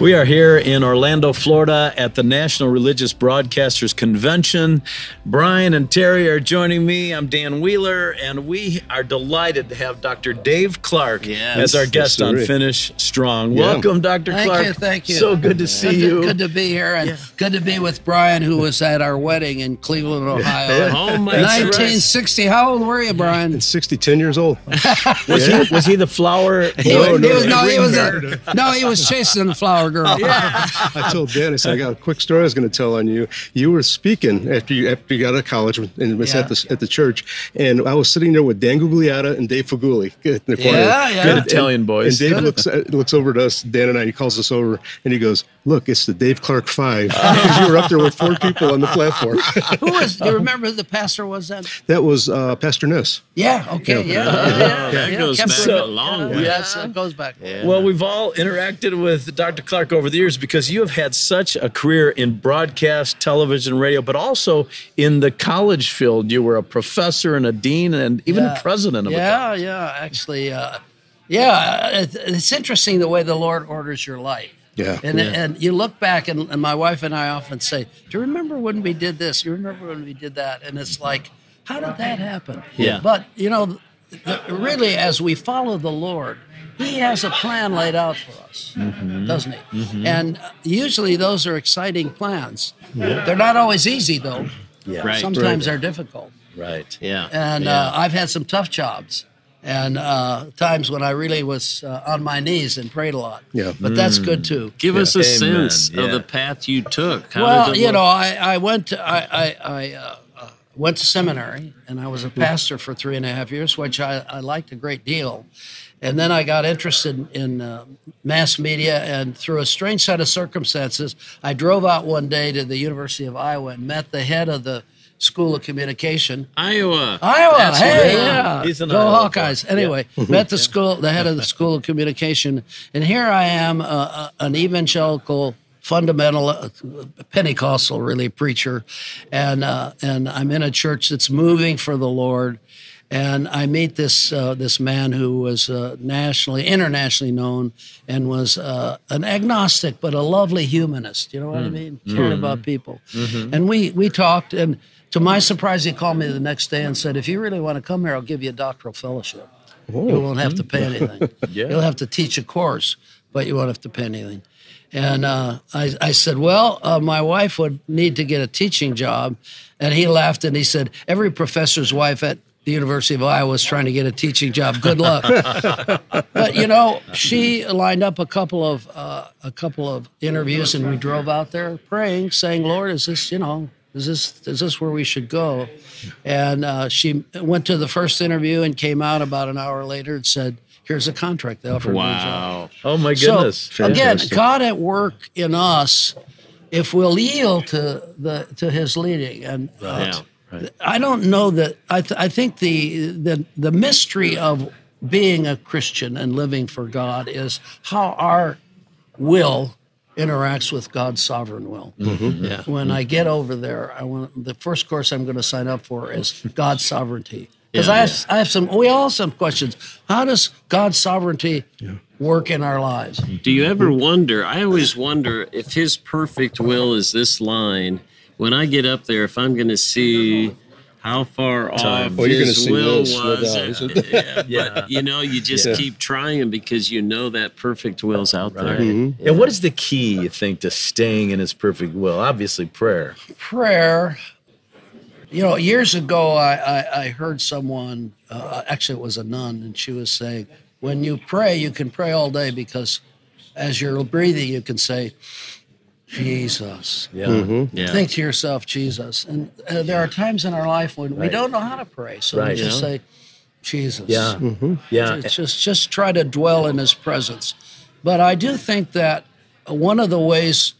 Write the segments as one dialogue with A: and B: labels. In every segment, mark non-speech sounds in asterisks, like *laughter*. A: We are here in Orlando, Florida at the National Religious Broadcasters Convention. Brian and Terry are joining me. I'm Dan Wheeler, and we are delighted to have Dr. Dave Clark
B: Yes.
A: as our guest
C: Yes,
A: on
C: sir.
A: Finish Strong. Welcome, Dr.
B: Thank
A: Clark.
B: you, thank you.
A: So good to see
B: good,
A: you.
B: To, good to be here and good to be with Brian, who was at our wedding in
A: *laughs*
B: Cleveland, Ohio.
A: Oh, my God.
B: 1960. How old were you, Brian?
C: 60, 10 years old.
A: Was, he, was he the flower?
B: He was-
C: no,
B: he was,
C: no,
B: no, he was a, no, he was chasing the flower girl. *laughs*
C: I told Dennis, I got a quick story I was going to tell on you. You were speaking after you after you got out of college and was
B: Yeah.
C: at the at the church, and I was sitting there with Dan Gugliotta and Dave Faguli in the corner.
B: Yeah, yeah.
A: Good Italian boys.
C: And
B: *laughs*
C: Dave looks uh, looks over to us, Dan and I. He calls us over and he goes, "Look, it's the Dave
B: *laughs*
C: Clark Five. 'Cause you were up there with four people on the platform. *laughs*
B: Who was? Do you remember who the pastor was then?
C: that was uh, Pastor Ness.
B: Yeah. Okay. Yeah. yeah, yeah,
D: that
B: yeah.
D: goes
B: Can't
D: back
B: forget-
D: a long
B: yeah,
D: way.
B: Yes, it goes back.
A: Well, we've all interacted with Dr. Clark over the years because you have had such a career in broadcast, television, radio, but also in the college field. You were a professor and a dean and even
B: Yeah.
A: president of a
B: yeah,
A: college.
B: yeah, actually, uh, yeah. It's, it's interesting the way the Lord orders your life.
C: Yeah.
B: and
C: Yeah.
B: and you look back, and, and my wife and I often say, "Do you remember when we did this? Do you remember when we did that?" And it's like, how did that happen?
D: Yeah.
B: But you know, th- really, as we follow the Lord, He has a plan laid out for us, doesn't He? And usually, those are exciting plans. They're not always easy, though.
D: Right.
B: Sometimes they're difficult.
A: Right.
D: Yeah.
B: And
D: yeah.
B: uh, I've had some tough jobs and uh, times when I really was uh, on my knees and prayed a lot.
C: Yeah.
B: But that's good too.
D: Give us a
A: Amen,
D: sense
A: yeah.
D: of the path you took. How
B: well,
D: did it
B: you
D: look?
B: know, I, I went to, I, I, I uh, uh, went to seminary and I was a pastor for three and a half years, which I, I liked a great deal. And then I got interested in uh, mass media, and through a strange set of circumstances, I drove out one day to the University of Iowa and met the head of the School of Communication,
D: Iowa.
B: Iowa.
D: That's
B: hey,
D: right.
B: yeah.
A: He's an
B: Go
A: Iowa
B: Hawkeyes.
A: boy.
B: Anyway, met the school, the head of the school of communication, and here I am, uh, uh, an evangelical fundamental uh, Pentecostal really preacher, and uh, and I'm in a church that's moving for the Lord. And I meet this uh, this man who was uh, nationally, internationally known, and was uh, an agnostic but a lovely humanist. You know what I mean? Cared about people. And we we talked, and to my surprise, he called me the next day and said, "If you really want to come here, I'll give you a doctoral fellowship. You won't have to pay anything. You'll have to teach a course, but you won't have to pay anything." And uh, I, I said, "Well, uh, my wife would need to get a teaching job," and he laughed and he said, "Every professor's wife at." The University of Iowa is trying to get a teaching job. Good luck. but you know, she lined up a couple of uh, a couple of interviews, and we drove out there praying, saying, "Lord, is this you know is this is this where we should go?" And uh, she went to the first interview and came out about an hour later and said, "Here's a contract. They offered me a job."
D: Wow.
A: Oh, my goodness.
B: So again, God at work in us if we'll yield to the to His leading. And uh,
D: Yeah.
B: I don't know that. I th- I think the the the mystery of being a Christian and living for God is how our will interacts with God's sovereign will.
D: Mm-hmm. Yeah.
B: When I get over there, I want the first course I'm going to sign up for is
D: *laughs*
B: God's sovereignty. Because I, have, I have some, we all have some questions. How does God's sovereignty work in our lives?
D: Do you ever wonder? I always wonder if his perfect will is this line. When I get up there, if I'm going to see how far off
C: Well, you're gonna
D: his
C: see
D: will
C: this, no
D: was.
C: doubt, isn't
D: *laughs* yeah, But you know, you just keep trying because you know that perfect will's out there.
A: And what is the key, you think, to staying in his perfect will? Obviously, prayer.
B: prayer. You know, years ago, I, I, I heard someone, uh, actually, it was a nun, and she was saying, When you pray, you can pray all day because as you're breathing, you can say, Jesus.
A: Yeah.
D: Yeah.
B: Think to yourself, Jesus. And uh, there are times in our life when we don't know how to pray. So
A: Right.
B: we just
A: Yeah.
B: say, Jesus.
A: Yeah. Yeah.
B: It's just just try to dwell in his presence. But I do think that uh, one of the ways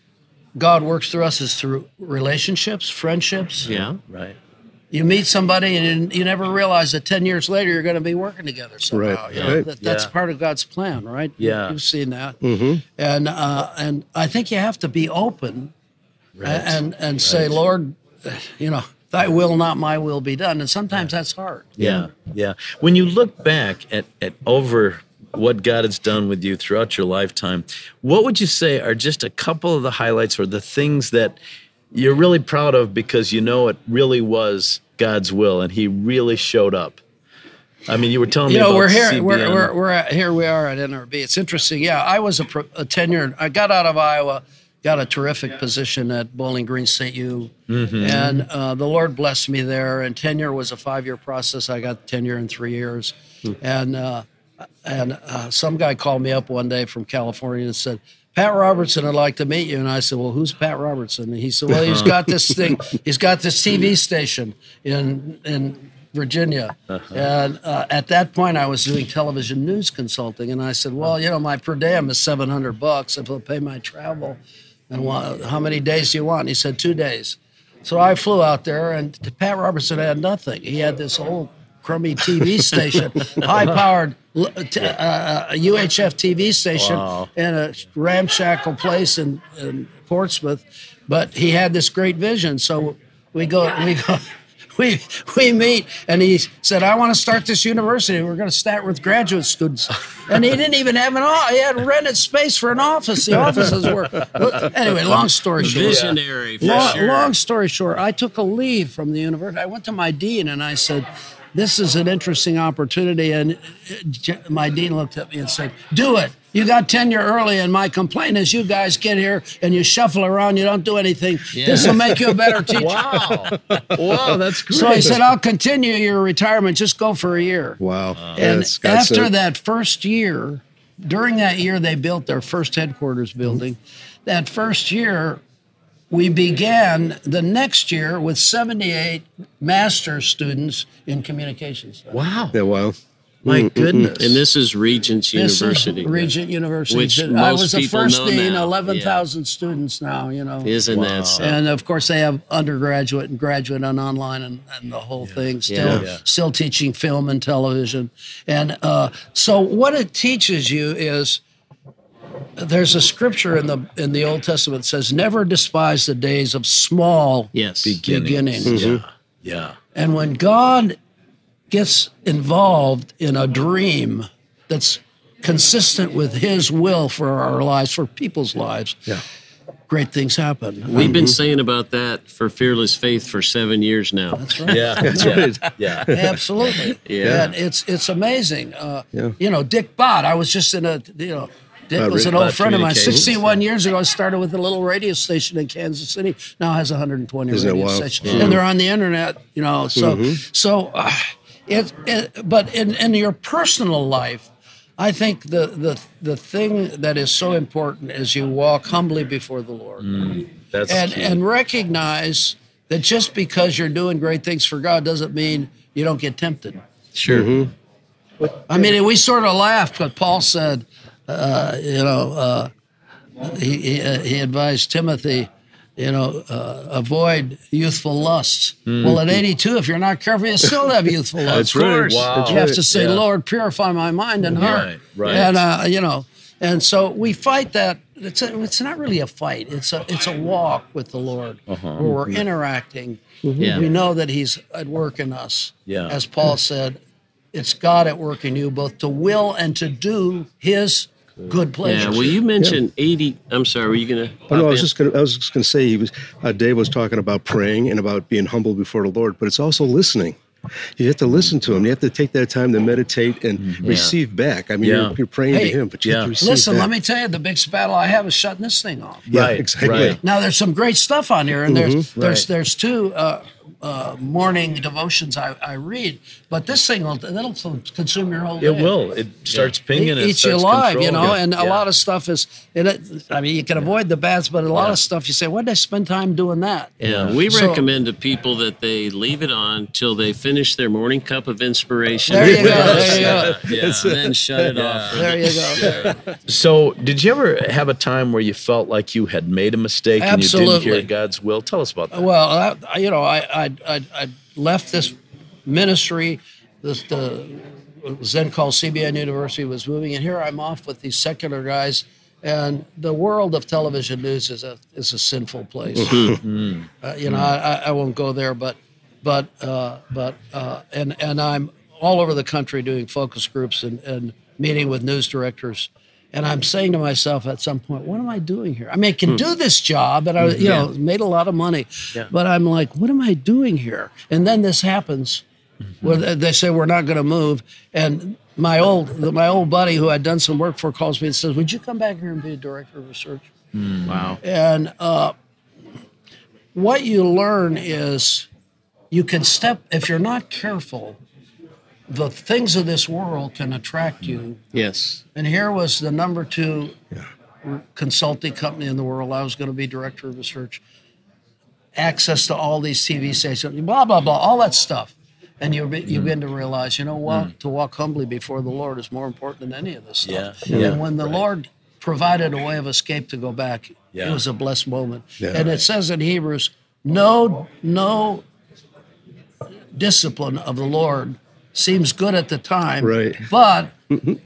B: God works through us is through relationships, friendships.
D: yeah.
A: Right.
B: You meet somebody and you never realize that 10 years later you're going to be working together somehow.
C: Right,
B: You know,
C: right.
B: That, that's
A: Yeah.
B: part of God's plan, right?
A: Yeah.
B: You've seen that.
C: Mm-hmm.
B: And, uh, and I think you have to be open
A: Right.
B: and, and say, Lord, you know, thy will, not my will be done. And sometimes that's hard.
A: Yeah, yeah. When you look back at, at over what God has done with you throughout your lifetime. What would you say are just a couple of the highlights or the things that you're really proud of because you know it really was God's will and He really showed up? I mean, you were telling
B: you
A: me
B: know,
A: about
B: we're here.
A: CBN.
B: We're, we're, we're at, here. We are at NRB. It's interesting. Yeah, I was a, pro- a tenured. I got out of Iowa, got a terrific position at Bowling Green State U,
A: Mm-hmm.
B: and uh, the Lord blessed me there. And tenure was a five-year process. I got tenure in three years,
A: Hmm.
B: and uh, and uh, some guy called me up one day from California and said. Pat Robertson, I'd like to meet you. And I said, Well, who's Pat Robertson? And he said, Well, he's got this thing, he's got this TV station in in Virginia. And uh, at that point, I was doing television news consulting, and I said, "Well, you know, my per diem is seven hundred bucks. If they'll pay my travel, and wha- how many days do you want?" And he said, two days." So I flew out there, and Pat Robertson had nothing. He had this old crummy TV station, high-powered l- t- uh, uh, UHF TV station
A: Wow.
B: in a ramshackle place in, in Portsmouth, but he had this great vision. So we go, we go, *laughs* we we meet, and he said, "I want to start this university. We're going to start with graduate students." And he didn't even have an office. He had rented space for an office. The offices were but anyway. Long story short,
D: Visionary, for
B: long,
D: sure.
B: long story short, I took a leave from the university. I went to my dean and I said, "This is an interesting opportunity." And uh, j- my dean looked at me and said, "Do it. You got tenure early, and my complaint is you guys get here and you shuffle around. You don't do anything. This will make you
A: *laughs*
B: a better teacher."
A: Wow. wow, that's great.
B: So I said, "I'll continue your retirement. Just go for a year."
C: Wow.
B: And
C: Yes, God
B: after
C: said-
B: that first year, during that year, they built their first headquarters building. That first year, we began the next year with 78 master's students in communications.
A: *laughs* wow.
C: Yeah, wow.
A: My
B: mm,
A: goodness.
D: And this is Regents
B: This is
D: University.
B: Regent University.
D: Which
B: I
D: most
B: was the
D: people
B: first
D: know
B: dean,
D: now.
B: 11,000 students now, you know.
D: Isn't that something?
B: and of course, they have undergraduate and graduate and online and, and the whole thing. Still,
A: Yeah.
B: still teaching film and television, and uh, so what it teaches you is there's a scripture in the in the Old Testament that says, "Never despise the days of small
D: Yes.
B: beginnings."
A: Yeah. Yeah.
B: And when God gets involved in a dream that's consistent with His will for our lives, for people's lives, great things happen.
D: We've been saying about that for Fearless Faith for seven years now.
B: *laughs*
A: Yeah. That's right. Yeah.
B: Absolutely.
D: Yeah.
B: And it's it's amazing. Uh, You know, Dick Bott. I was just in a you know. Dick
C: Uh,
B: was
C: Rick
B: an old
A: Bott
B: friend of mine.
A: Communications.
B: 61 years ago, I started with a little radio station in Kansas City. Now has 120
C: Isn't it
B: radio
C: wild?
B: stations, and they're on the internet. You know, so so uh, it, it. But in in your personal life, I think the the the thing that is so important is you walk humbly before the Lord
A: That's
B: and
A: key.
B: and recognize that just because you're doing great things for God doesn't mean you don't get tempted.
D: Sure.
B: I mean, we sort of laughed, but Paul said, uh, you know, uh, he he, uh, he advised Timothy, you know, uh, avoid youthful lusts.
A: Hmm.
B: Well, at 82, if you're not careful, you still have youthful lusts.
C: That's right.
A: Wow.
C: That's
B: You have
C: right.
B: to say,
A: Yeah.
B: Lord, purify my mind and heart.
A: Right, right.
B: And uh, you know, and so we fight that. It's a, it's not really a fight. It's a it's a walk with the Lord
A: Uh-huh.
B: where we're
A: Mm-hmm.
B: interacting.
D: Yeah.
B: We know that He's at work in us.
A: Yeah. Mm-hmm.
B: As Paul said, it's God at work in you both to will and to do His good
D: Yeah.
B: pleasure.
D: Well, you mentioned 80. I'm sorry. Were you going to?
C: Oh, no, I was just gonna, I was just gonna say he was. Uh, Dave was talking about praying and about being humble before the Lord, but it's also listening. You have to listen to him. You have to take that time to meditate and receive back. I mean,
A: Yeah.
C: you're, you're praying
B: Mm-hmm. Hey,
C: to him, but you
A: yeah.
C: have to receive
B: Listen,
C: back.
B: let me tell you, the biggest battle I have is shutting this thing off.
C: Yeah,
A: Right,
C: exactly.
A: right.
B: Now there's some great stuff on here, and there's there's
A: Mm-hmm. Right.
B: there's two uh, uh, morning devotions I, I read, but this thing will that'll consume your whole day.
A: It will. It starts pinging.
B: It
A: and
B: eats you
A: starts
B: alive, you
A: controlling
B: know,
A: you.
B: and a
A: Yeah.
B: lot of stuff is. And it, I mean, you can avoid the baths, but a lot
A: Yeah.
B: of stuff you say, "Why did I spend time doing that?"
D: Yeah, we
B: So-
D: recommend to people that they leave it on till they finish their morning cup of
A: *laughs*
D: inspiration.
B: There you go. There you go.
A: Yeah.
D: And then shut it off. for
B: There you
D: the-
B: go.
A: So, did you ever have a time where you felt like you had made a mistake and you
B: Absolutely.
A: didn't hear God's will? Tell us about that.
B: Well, I, I- you know, I, I, I, I left this ministry, this, the it was then called CBN University was moving, and here I'm off with these secular guys. And the world of television news is a is a sinful place. Uh, you know, I I, I won't go there, but but uh, but uh, and and I'm all over the country doing focus groups and and meeting with news directors. And I'm saying to myself at some point, what am I doing here? I mean, I can do this job, and I, you know, made a lot of money, but I'm like, what am I doing here? And then this happens, where they- they say we're not going to move, and my old my old buddy who I'd done some work for calls me and says, would you come back here and be a director of research?
D: Wow.
B: And uh, what you learn is you can step, if you're not careful, the things of this world can attract you.
D: Yes.
B: And here was the number two consulting company in the world. I was going to be director of research, access to all these TV stations, blah, blah, blah, all that stuff. And you, be- you begin to realize, you know what? To walk humbly before the Lord is more important than any of this stuff.
A: Yeah, yeah,
B: and when the Lord provided a way of escape to go back,
A: Yeah.
B: it was a blessed moment.
C: Yeah.
B: And it says in Hebrews, no, no discipline of the Lord seems good at the time,
C: Right.
B: but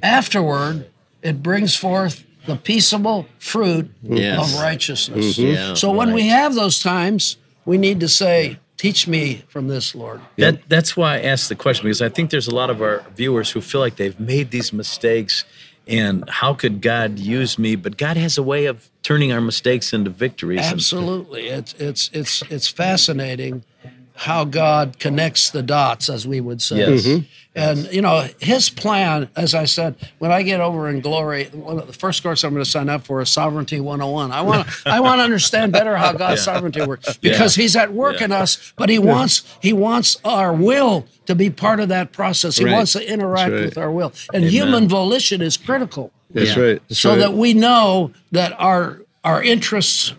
B: afterward, it brings forth the peaceable fruit
D: Yes. Mm-hmm.
B: of righteousness.
D: Yeah,
B: so when we have those times, we need to say, Teach me from this, Lord.
A: That, that's why I asked the question because I think there's a lot of our viewers who feel like they've made these mistakes and how could God use me? But God has a way of turning our mistakes into victories. And
B: Absolutely. It's it's it's it's fascinating how God connects the dots, as we would say.
A: Yes. Mhm.
B: And you know, his plan, as I said, when I get over in glory, one of the first course I'm going to sign up for is Sovereignty 101.
A: *laughs*
B: I want I want to understand better how God's sovereignty works because he's at work
A: Yeah.
B: in us, but he wants he wants our will to be part of that process. He
D: Right.
B: wants to interact
C: right.
B: with our will. And human volition is critical
C: That's
D: Yeah.
C: right. That's
B: so
C: right.
B: that we know that our our interests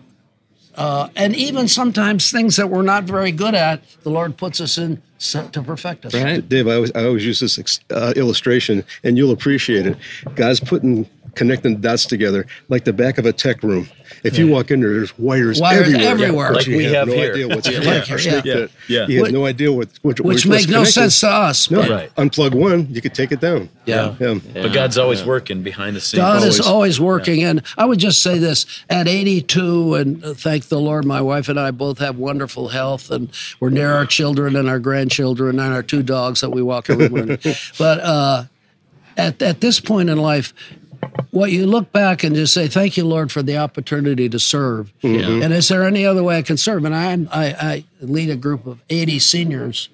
B: uh, and even sometimes things that we're not very good at, the Lord puts us in set to perfect us.
D: Right.
C: Dave, I always, I always use this ex- uh, illustration, and you'll appreciate it. God's putting connecting dots together like the back of a tech room. If you walk in there, there's wires,
B: Wires
C: everywhere,
B: everywhere.
C: but
B: Like
C: you
A: we have
C: no
A: here.
C: idea what's like
B: Yeah.
C: or snake
A: Yeah.
C: pit.
A: Yeah.
C: You
B: Which-
C: have no idea what, which,
B: Which
C: what's
B: make no
C: connected.
B: sense to us.
C: No,
B: but
A: Right.
C: unplug one, you could take it down.
B: Yeah.
A: But God's always working behind the scenes.
B: God is
C: Always.
B: always working. And I would just say this at 82, and uh, thank the Lord, my wife and I both have wonderful health, and we're near our children and our grandchildren and our two dogs that we walk every
C: *laughs*
B: morning. but uh, at, at this point in life, what you look back and just say, "Thank you, Lord, for the opportunity to serve."
D: Mm-hmm.
B: And is there any other way I can serve? And I'm, I, I lead a group of 80 seniors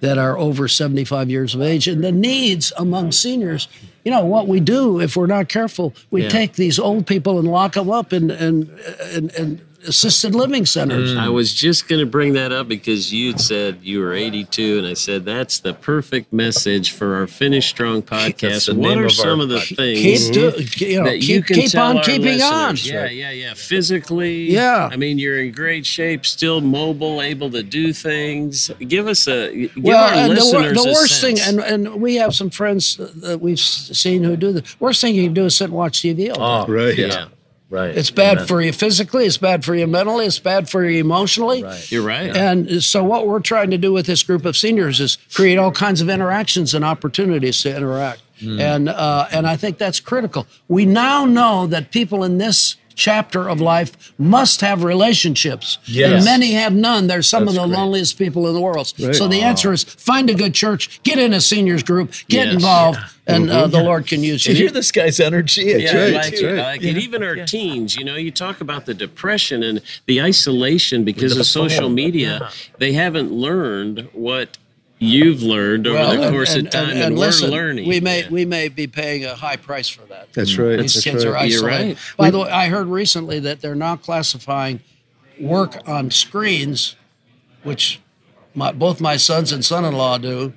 B: that are over 75 years of age, and the needs among seniors. You know what we do if we're not careful? We take these old people and lock them up in in, in, in assisted living centers.
D: I was just going to bring that up because you'd said you were 82, and I said that's the perfect message for our Finish Strong
A: That's
D: podcast.
A: the
D: What
A: name
D: are
A: of
D: some
A: our-
D: of the
B: Keep
D: things
B: do, you know,
D: that you
B: Oh, keep,
D: can
B: keep
D: tell
B: on
D: our
B: keeping on.
D: listeners? Yeah, yeah, yeah. Physically,
B: Yeah.
D: I mean, you're in great shape, still mobile, able to do things. Give us a give our
B: Well, and the, wor-
D: listeners
B: the
D: a
B: worst thing,
D: sense.
B: and, and we have some friends that we've s- seen who do the worst thing you can do is sit and watch TV all day.
A: Oh,
C: Right.
D: yeah,
A: right.
B: It's bad
A: Amen.
B: for you physically. It's bad for you mentally. It's bad for you emotionally.
A: Right.
D: you're right.
B: And so, what we're trying to do with this group of seniors is create all kinds of interactions and opportunities to interact.
D: Hmm.
B: And uh, and I think that's critical. We now know that people in this chapter of life must have relationships, and
A: Yes.
B: many have none. They're some of
A: That's
B: the
A: great.
B: loneliest people in the world.
C: Right.
B: So the answer is find a good church, get in a seniors group, get
D: Yes.
B: involved, and uh, the Lord can use
A: You
B: you.
A: hear this guy's energy.
D: Yeah,
A: It's
D: I
C: right,
D: like
C: that's
D: it.
C: right.
D: I like it. Even our teens, you know, you talk about the depression and the isolation because
A: The
D: of social
A: phone.
D: media. They haven't learned what you've learned over
B: Well,
D: the
B: and-
D: course
B: and-
D: of time, and,
B: and- and
D: we're
B: listen,
D: learning.
B: We may
D: Yeah.
B: we may be paying a high price for that.
C: That's right.
B: These
C: That's
B: kids
C: right.
B: are isolated.
D: right.
B: By the way, I heard recently that they're now classifying work on screens, which my, both my sons and son-in-law do.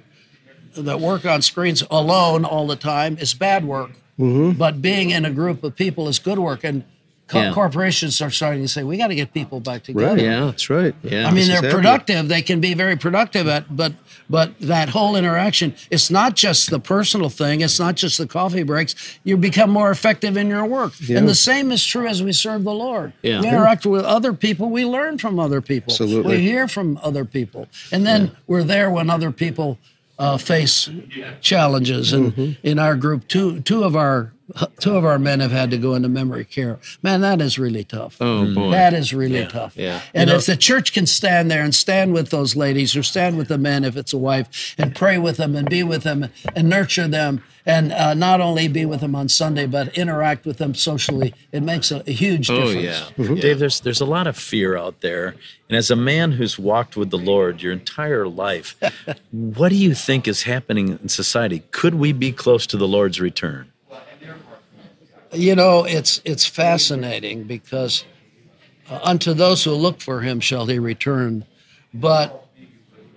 B: That work on screens alone all the time is bad work, but being in a group of people is good work. And co-
D: Yeah.
B: corporations are starting to say we got to get people back together.
C: Right.
D: Yeah.
C: That's right.
D: Yeah.
B: I mean,
C: This is
B: they're
C: happening.
B: productive. They can be very productive at, but but that whole interaction. It's not just the personal thing. It's not just the coffee breaks. You become more effective in your work, and the same is true as we serve the Lord.
D: Yeah.
B: We interact with other people. We learn from other people.
C: Absolutely.
B: We hear from other people, and then we're there when other
D: Mm-hmm.
B: people uh, face challenges. And in our group, two two of our two of our men have had to go into memory care. Man, that is really tough.
D: Oh boy.
B: That is really tough.
D: yeah.
B: And
D: You know-
B: if the church can stand there and stand with those ladies or stand with the men if it's a wife and pray with them and be with them and nurture them and uh, not only be with them on Sunday but interact with them socially, it makes a, a huge
D: oh
B: difference.
D: yeah.
A: Dave, there's there's a lot of fear out there, and as a man who's walked with the Lord your entire life, what do you think is happening in society? Could we be close to the Lord's return?
B: You know, it's it's fascinating because uh, unto those who look for him shall he return. But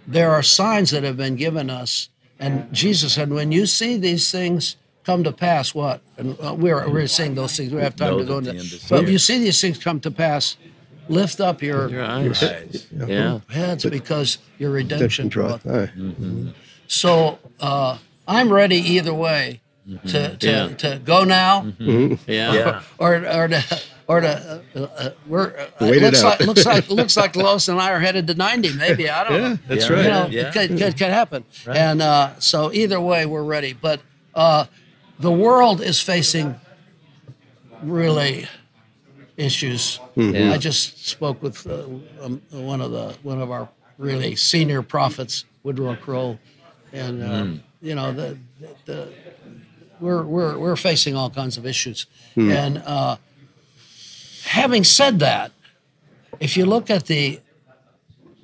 B: there are signs that have been given us, and Jesus said, "When you see these things come to pass, what?" And uh, we're we're seeing those things. We have time
A: Know
B: to go
A: that
B: into.
A: the end is
B: But
A: near.
B: you see these things come to pass, lift up your,
D: Your eyes.
A: Right.
D: Yeah.
B: heads because your redemption
C: Attention
B: draweth
C: draweth nigh.
B: Mm-hmm. So uh, I'm ready either way
A: Mm-hmm.
B: to, to,
D: Yeah.
B: to go now
D: Yeah.
A: Yeah.
B: or or to or to uh, uh, we're uh,
C: Wait it
B: looks
C: out.
B: like looks
C: *laughs*
B: like looks like Lois and I are headed to ninety maybe I don't know
A: that's
B: you
A: right.
B: know
A: Yeah.
B: it could, could, could happen and uh, so either way we're ready but uh, the world is facing really issues
C: Mm-hmm.
B: I just spoke with uh, um, one of the one of our really senior prophets Woodrow Kroll and uh,
A: Mm.
B: you know the, the, the we're, we're, we're facing all kinds of issues.
C: Hmm.
B: And uh, having said that, if you look at the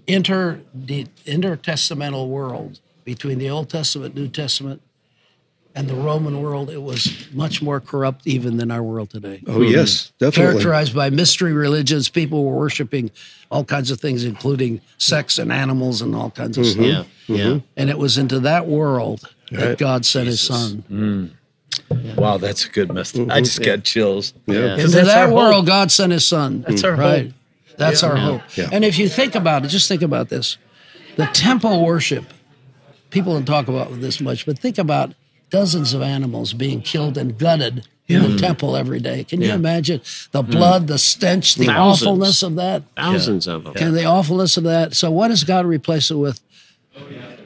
B: inter the intertestamental world between the Old Testament, New Testament, and the Roman world, it was much more corrupt even than our world today.
C: Oh yes, definitely.
B: Characterized by mystery religions, people were worshiping all kinds of things, including sex and animals and all kinds of stuff.
D: Yeah. Yeah.
B: And it was into that world that
C: Mm-hmm. Right.
B: God sent His Son.
A: Wow, that's a good message. I just got chills.
D: Yeah.
A: Because
B: Into
A: that's our
B: that
A: hope.
B: world, God sent His Son. That's
A: our hope.
B: right. That's our hope.
C: Yeah.
B: And if you think about it, just think about this: the temple worship. People don't talk about this much, but think about dozens of animals being killed and gutted in the temple every day. Can you imagine the blood, the stench, the
D: Thousands.
B: awfulness of that?
D: Thousands of them.
B: and the awfulness of that. So, what does God replace it with?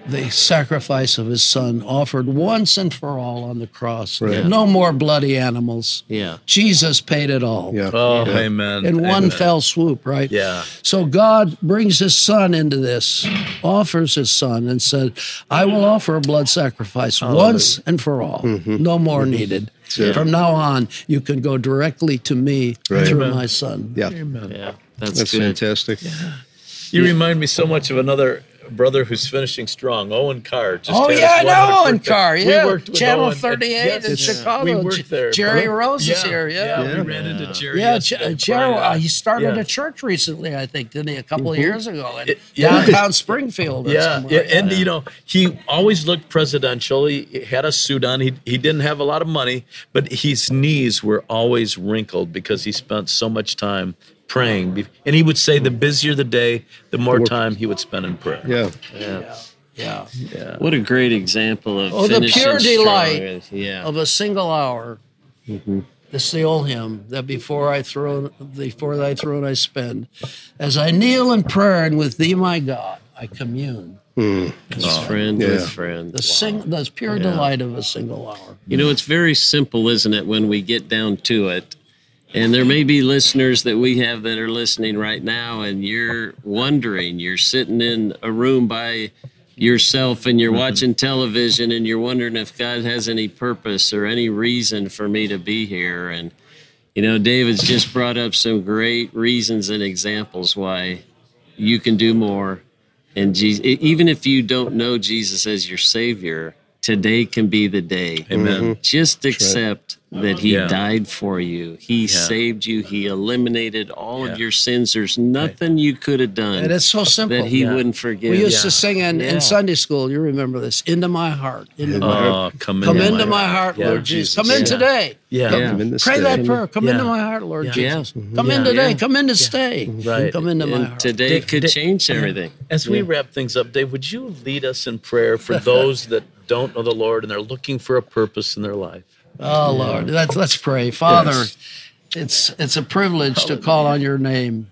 B: The sacrifice of His Son offered once and for all on the cross.
C: Right.
B: No more bloody animals.
D: Yeah.
B: Jesus paid it all
C: Yeah.
A: Oh, amen.
B: in one
A: amen.
B: fell swoop, right?
A: Yeah.
B: So God brings his son into this, offers his son, and said, I will offer a blood sacrifice once and for all. No more needed.
C: Mm-hmm. Sure.
B: From now on, you can go directly to me
C: Right.
B: through
C: Amen.
B: my son.
C: yeah.
D: Yeah. That's,
C: That's
D: good.
C: fantastic.
A: You remind me so much of another brother who's finishing strong, Owen Carr. Just
B: Oh
A: had
B: yeah, I
A: his
B: know
A: 100th
B: Owen
A: birthday.
B: Carr.
A: We
B: Yeah,
A: worked with
B: Channel
A: Owen at-
B: 38 in
A: yes,
B: Chicago.
A: We worked there.
B: Jerry
A: brother.
B: Rose is here. Yeah.
A: we ran into Jerry.
B: Yeah, Ch-
A: yesterday,
B: Jerry,
A: Brian.
B: uh, he started
A: Yeah. Mm-hmm.
B: a church recently, I think, didn't he? A couple of years ago, in
A: It- yeah.
B: downtown Springfield. Or
A: Yeah,
B: somewhere.
A: yeah, and you know he always looked presidential. He had a suit on. He he didn't have a lot of money, but his knees were always wrinkled because he spent so much time praying. Be- And he would say, the busier the day, the more time he would spend in prayer.
C: Yeah.
B: yeah.
D: What a great example of
B: Oh, the
D: finishing
B: pure
D: strong.
B: delight
D: Yeah.
B: of a single hour.
A: Mm-hmm.
B: This is the old hymn that before I throne, before thy throne I spend, as I kneel in prayer and with thee, my God, I commune.
A: Hmm. Oh.
D: friend
C: Yeah.
D: with
B: The
D: friend.
B: sing, the pure delight of a single hour.
D: You know, it's very simple, isn't it, when we get down to it? And there may be listeners that we have that are listening right now, and you're wondering, you're sitting in a room by yourself and
A: Mm-hmm.
D: you're watching television and you're wondering if God has any purpose or any reason for me to be here. And, you know, David's just brought up some great reasons and examples why you can do more. And Jesus, e, even if you don't know Jesus as your Savior, today can be the day.
A: Amen.
D: Just accept that He
A: Yeah.
D: died for you. He saved you. He eliminated all
A: Yeah.
D: of your sins. There's nothing you could have done
B: And it's so simple.
D: that He
A: Yeah.
D: wouldn't forgive.
B: we used
A: Yeah.
B: to sing in,
D: Yeah.
B: in Sunday school. You remember this? Into my heart, into my heart.
A: Oh, come,
B: come
A: into,
B: into my heart,
A: Yeah.
B: Lord Jesus. Come in
D: Yeah.
B: today.
A: Yeah.
D: Yeah.
C: I'm in this
B: Pray
C: day.
B: that prayer. Come
A: Yeah.
B: into my heart, Lord
A: Yeah.
B: Jesus.
D: Yeah.
B: Come in
D: Yeah.
B: today.
A: Yeah.
B: Come in to stay.
A: Right.
B: Come into my
D: And
B: heart.
D: today
A: Dick-
D: could
A: Dick-
D: change everything.
A: As we wrap things up, Dave, would you lead us in prayer for
B: *laughs*
A: those that don't know the Lord and they're looking for a purpose in their life?
B: Oh Lord, let's let's pray. Father, it's it's a privilege to call on your name.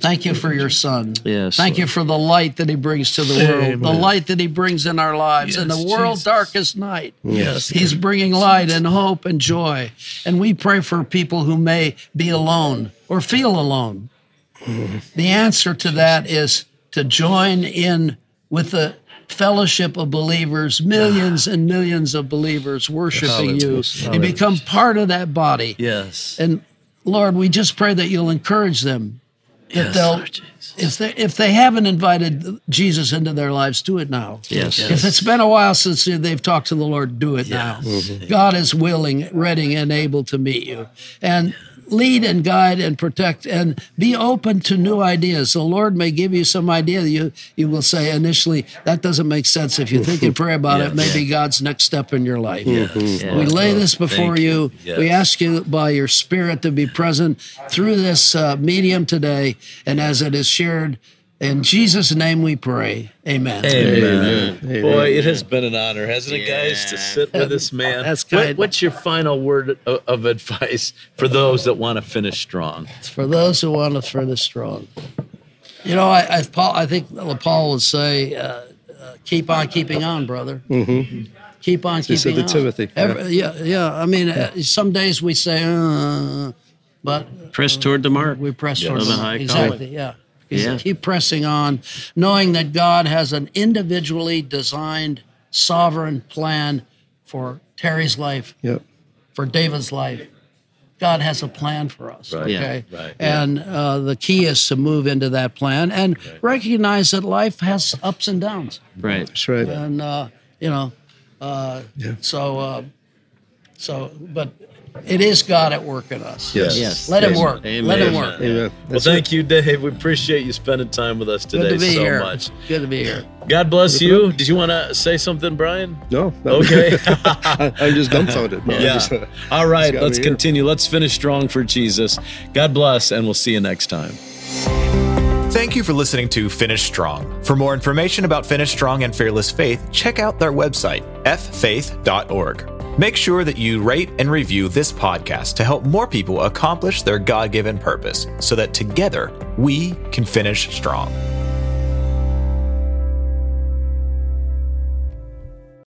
B: Thank you for your son.
D: Yes,
B: Thank you for the light that he brings to the world, the light that he brings in our lives in the
E: Yes,
B: world's
E: Jesus.
B: darkest night.
E: Yes.
B: He's bringing light and hope and joy. And we pray for people who may be alone or feel alone. The answer to that is to join in with the fellowship of believers, millions and millions of believers worshiping you, and become part of that body.
E: Yes.
B: And Lord, we just pray that you'll encourage them. That
E: Yes,
B: they'll,
E: Lord Jesus.
B: if they if they haven't invited Jesus into their lives, do it now.
E: Yes.
B: If it's been a while since they've talked to the Lord, do it now. God is willing, ready, and able to meet you. And lead and guide and protect and be open to new ideas. The Lord may give you some idea that you, you will say initially, that doesn't make sense. If you think and pray about it, maybe God's next step in your life.
A: Mm-hmm.
B: We lay this before
E: Thank
B: you.
E: you.
B: We
E: Yes.
B: ask you by your spirit to be present through this uh, medium today and as it is shared. In Jesus' name we pray. Amen.
A: Amen. Boy, it has been an honor, hasn't it, guys, to
D: Yeah.
A: sit with
B: *laughs*
A: this man?
B: That's
A: What-
B: kind.
A: what's your final word of, of advice for those that want to finish strong?
B: for those who want to finish strong. You know, I, I, Paul, I think Paul would say, uh, uh, "Keep on keeping on, brother. Mm-hmm. Keep on keeping
C: said to
B: on."
C: Timothy, yeah.
B: Every- yeah. yeah, I mean, uh, some days we say, uh, but
D: Press toward the mark.
B: we press
D: Yes.
B: on.
D: Of the high
B: exactly.
D: calling.
B: Yeah. He said,
D: Yeah.
B: Keep pressing on, knowing that God has an individually designed sovereign plan for Terry's life
C: Yep.
B: for David's life. God has a plan for us.
D: Yeah,
B: Okay.
A: right, yeah.
B: And uh, the key is to move into that plan and recognize that life has ups and downs.
D: Right.
C: That's right.
B: And, uh, you know, uh, so, uh, so, but it is God at work in us.
A: Yes.
D: Yes.
B: Let him
D: Amen.
B: work. Let him
D: Amen.
B: work.
C: Amen.
A: Well,
C: That's
A: thank you, Dave. We appreciate you spending time with us today
B: Good to be
A: so
B: here.
A: much.
B: Good to be here.
A: God bless you. Did you want to say something, Brian?
C: it. No. no. *laughs*
A: Okay.
C: I, I'm just dumbfounded. No, I'm
A: *laughs*
C: just-
A: yeah. All right.
C: gotta
A: Let's
C: be here.
A: continue. Let's finish strong for Jesus. God bless, and we'll see you next time.
F: Thank you for listening to Finish Strong. For more information about Finish Strong and Fearless Faith, check out their website, ffaith.org. Make sure that you rate and review this podcast to help more people accomplish their God given purpose so that together we can finish strong.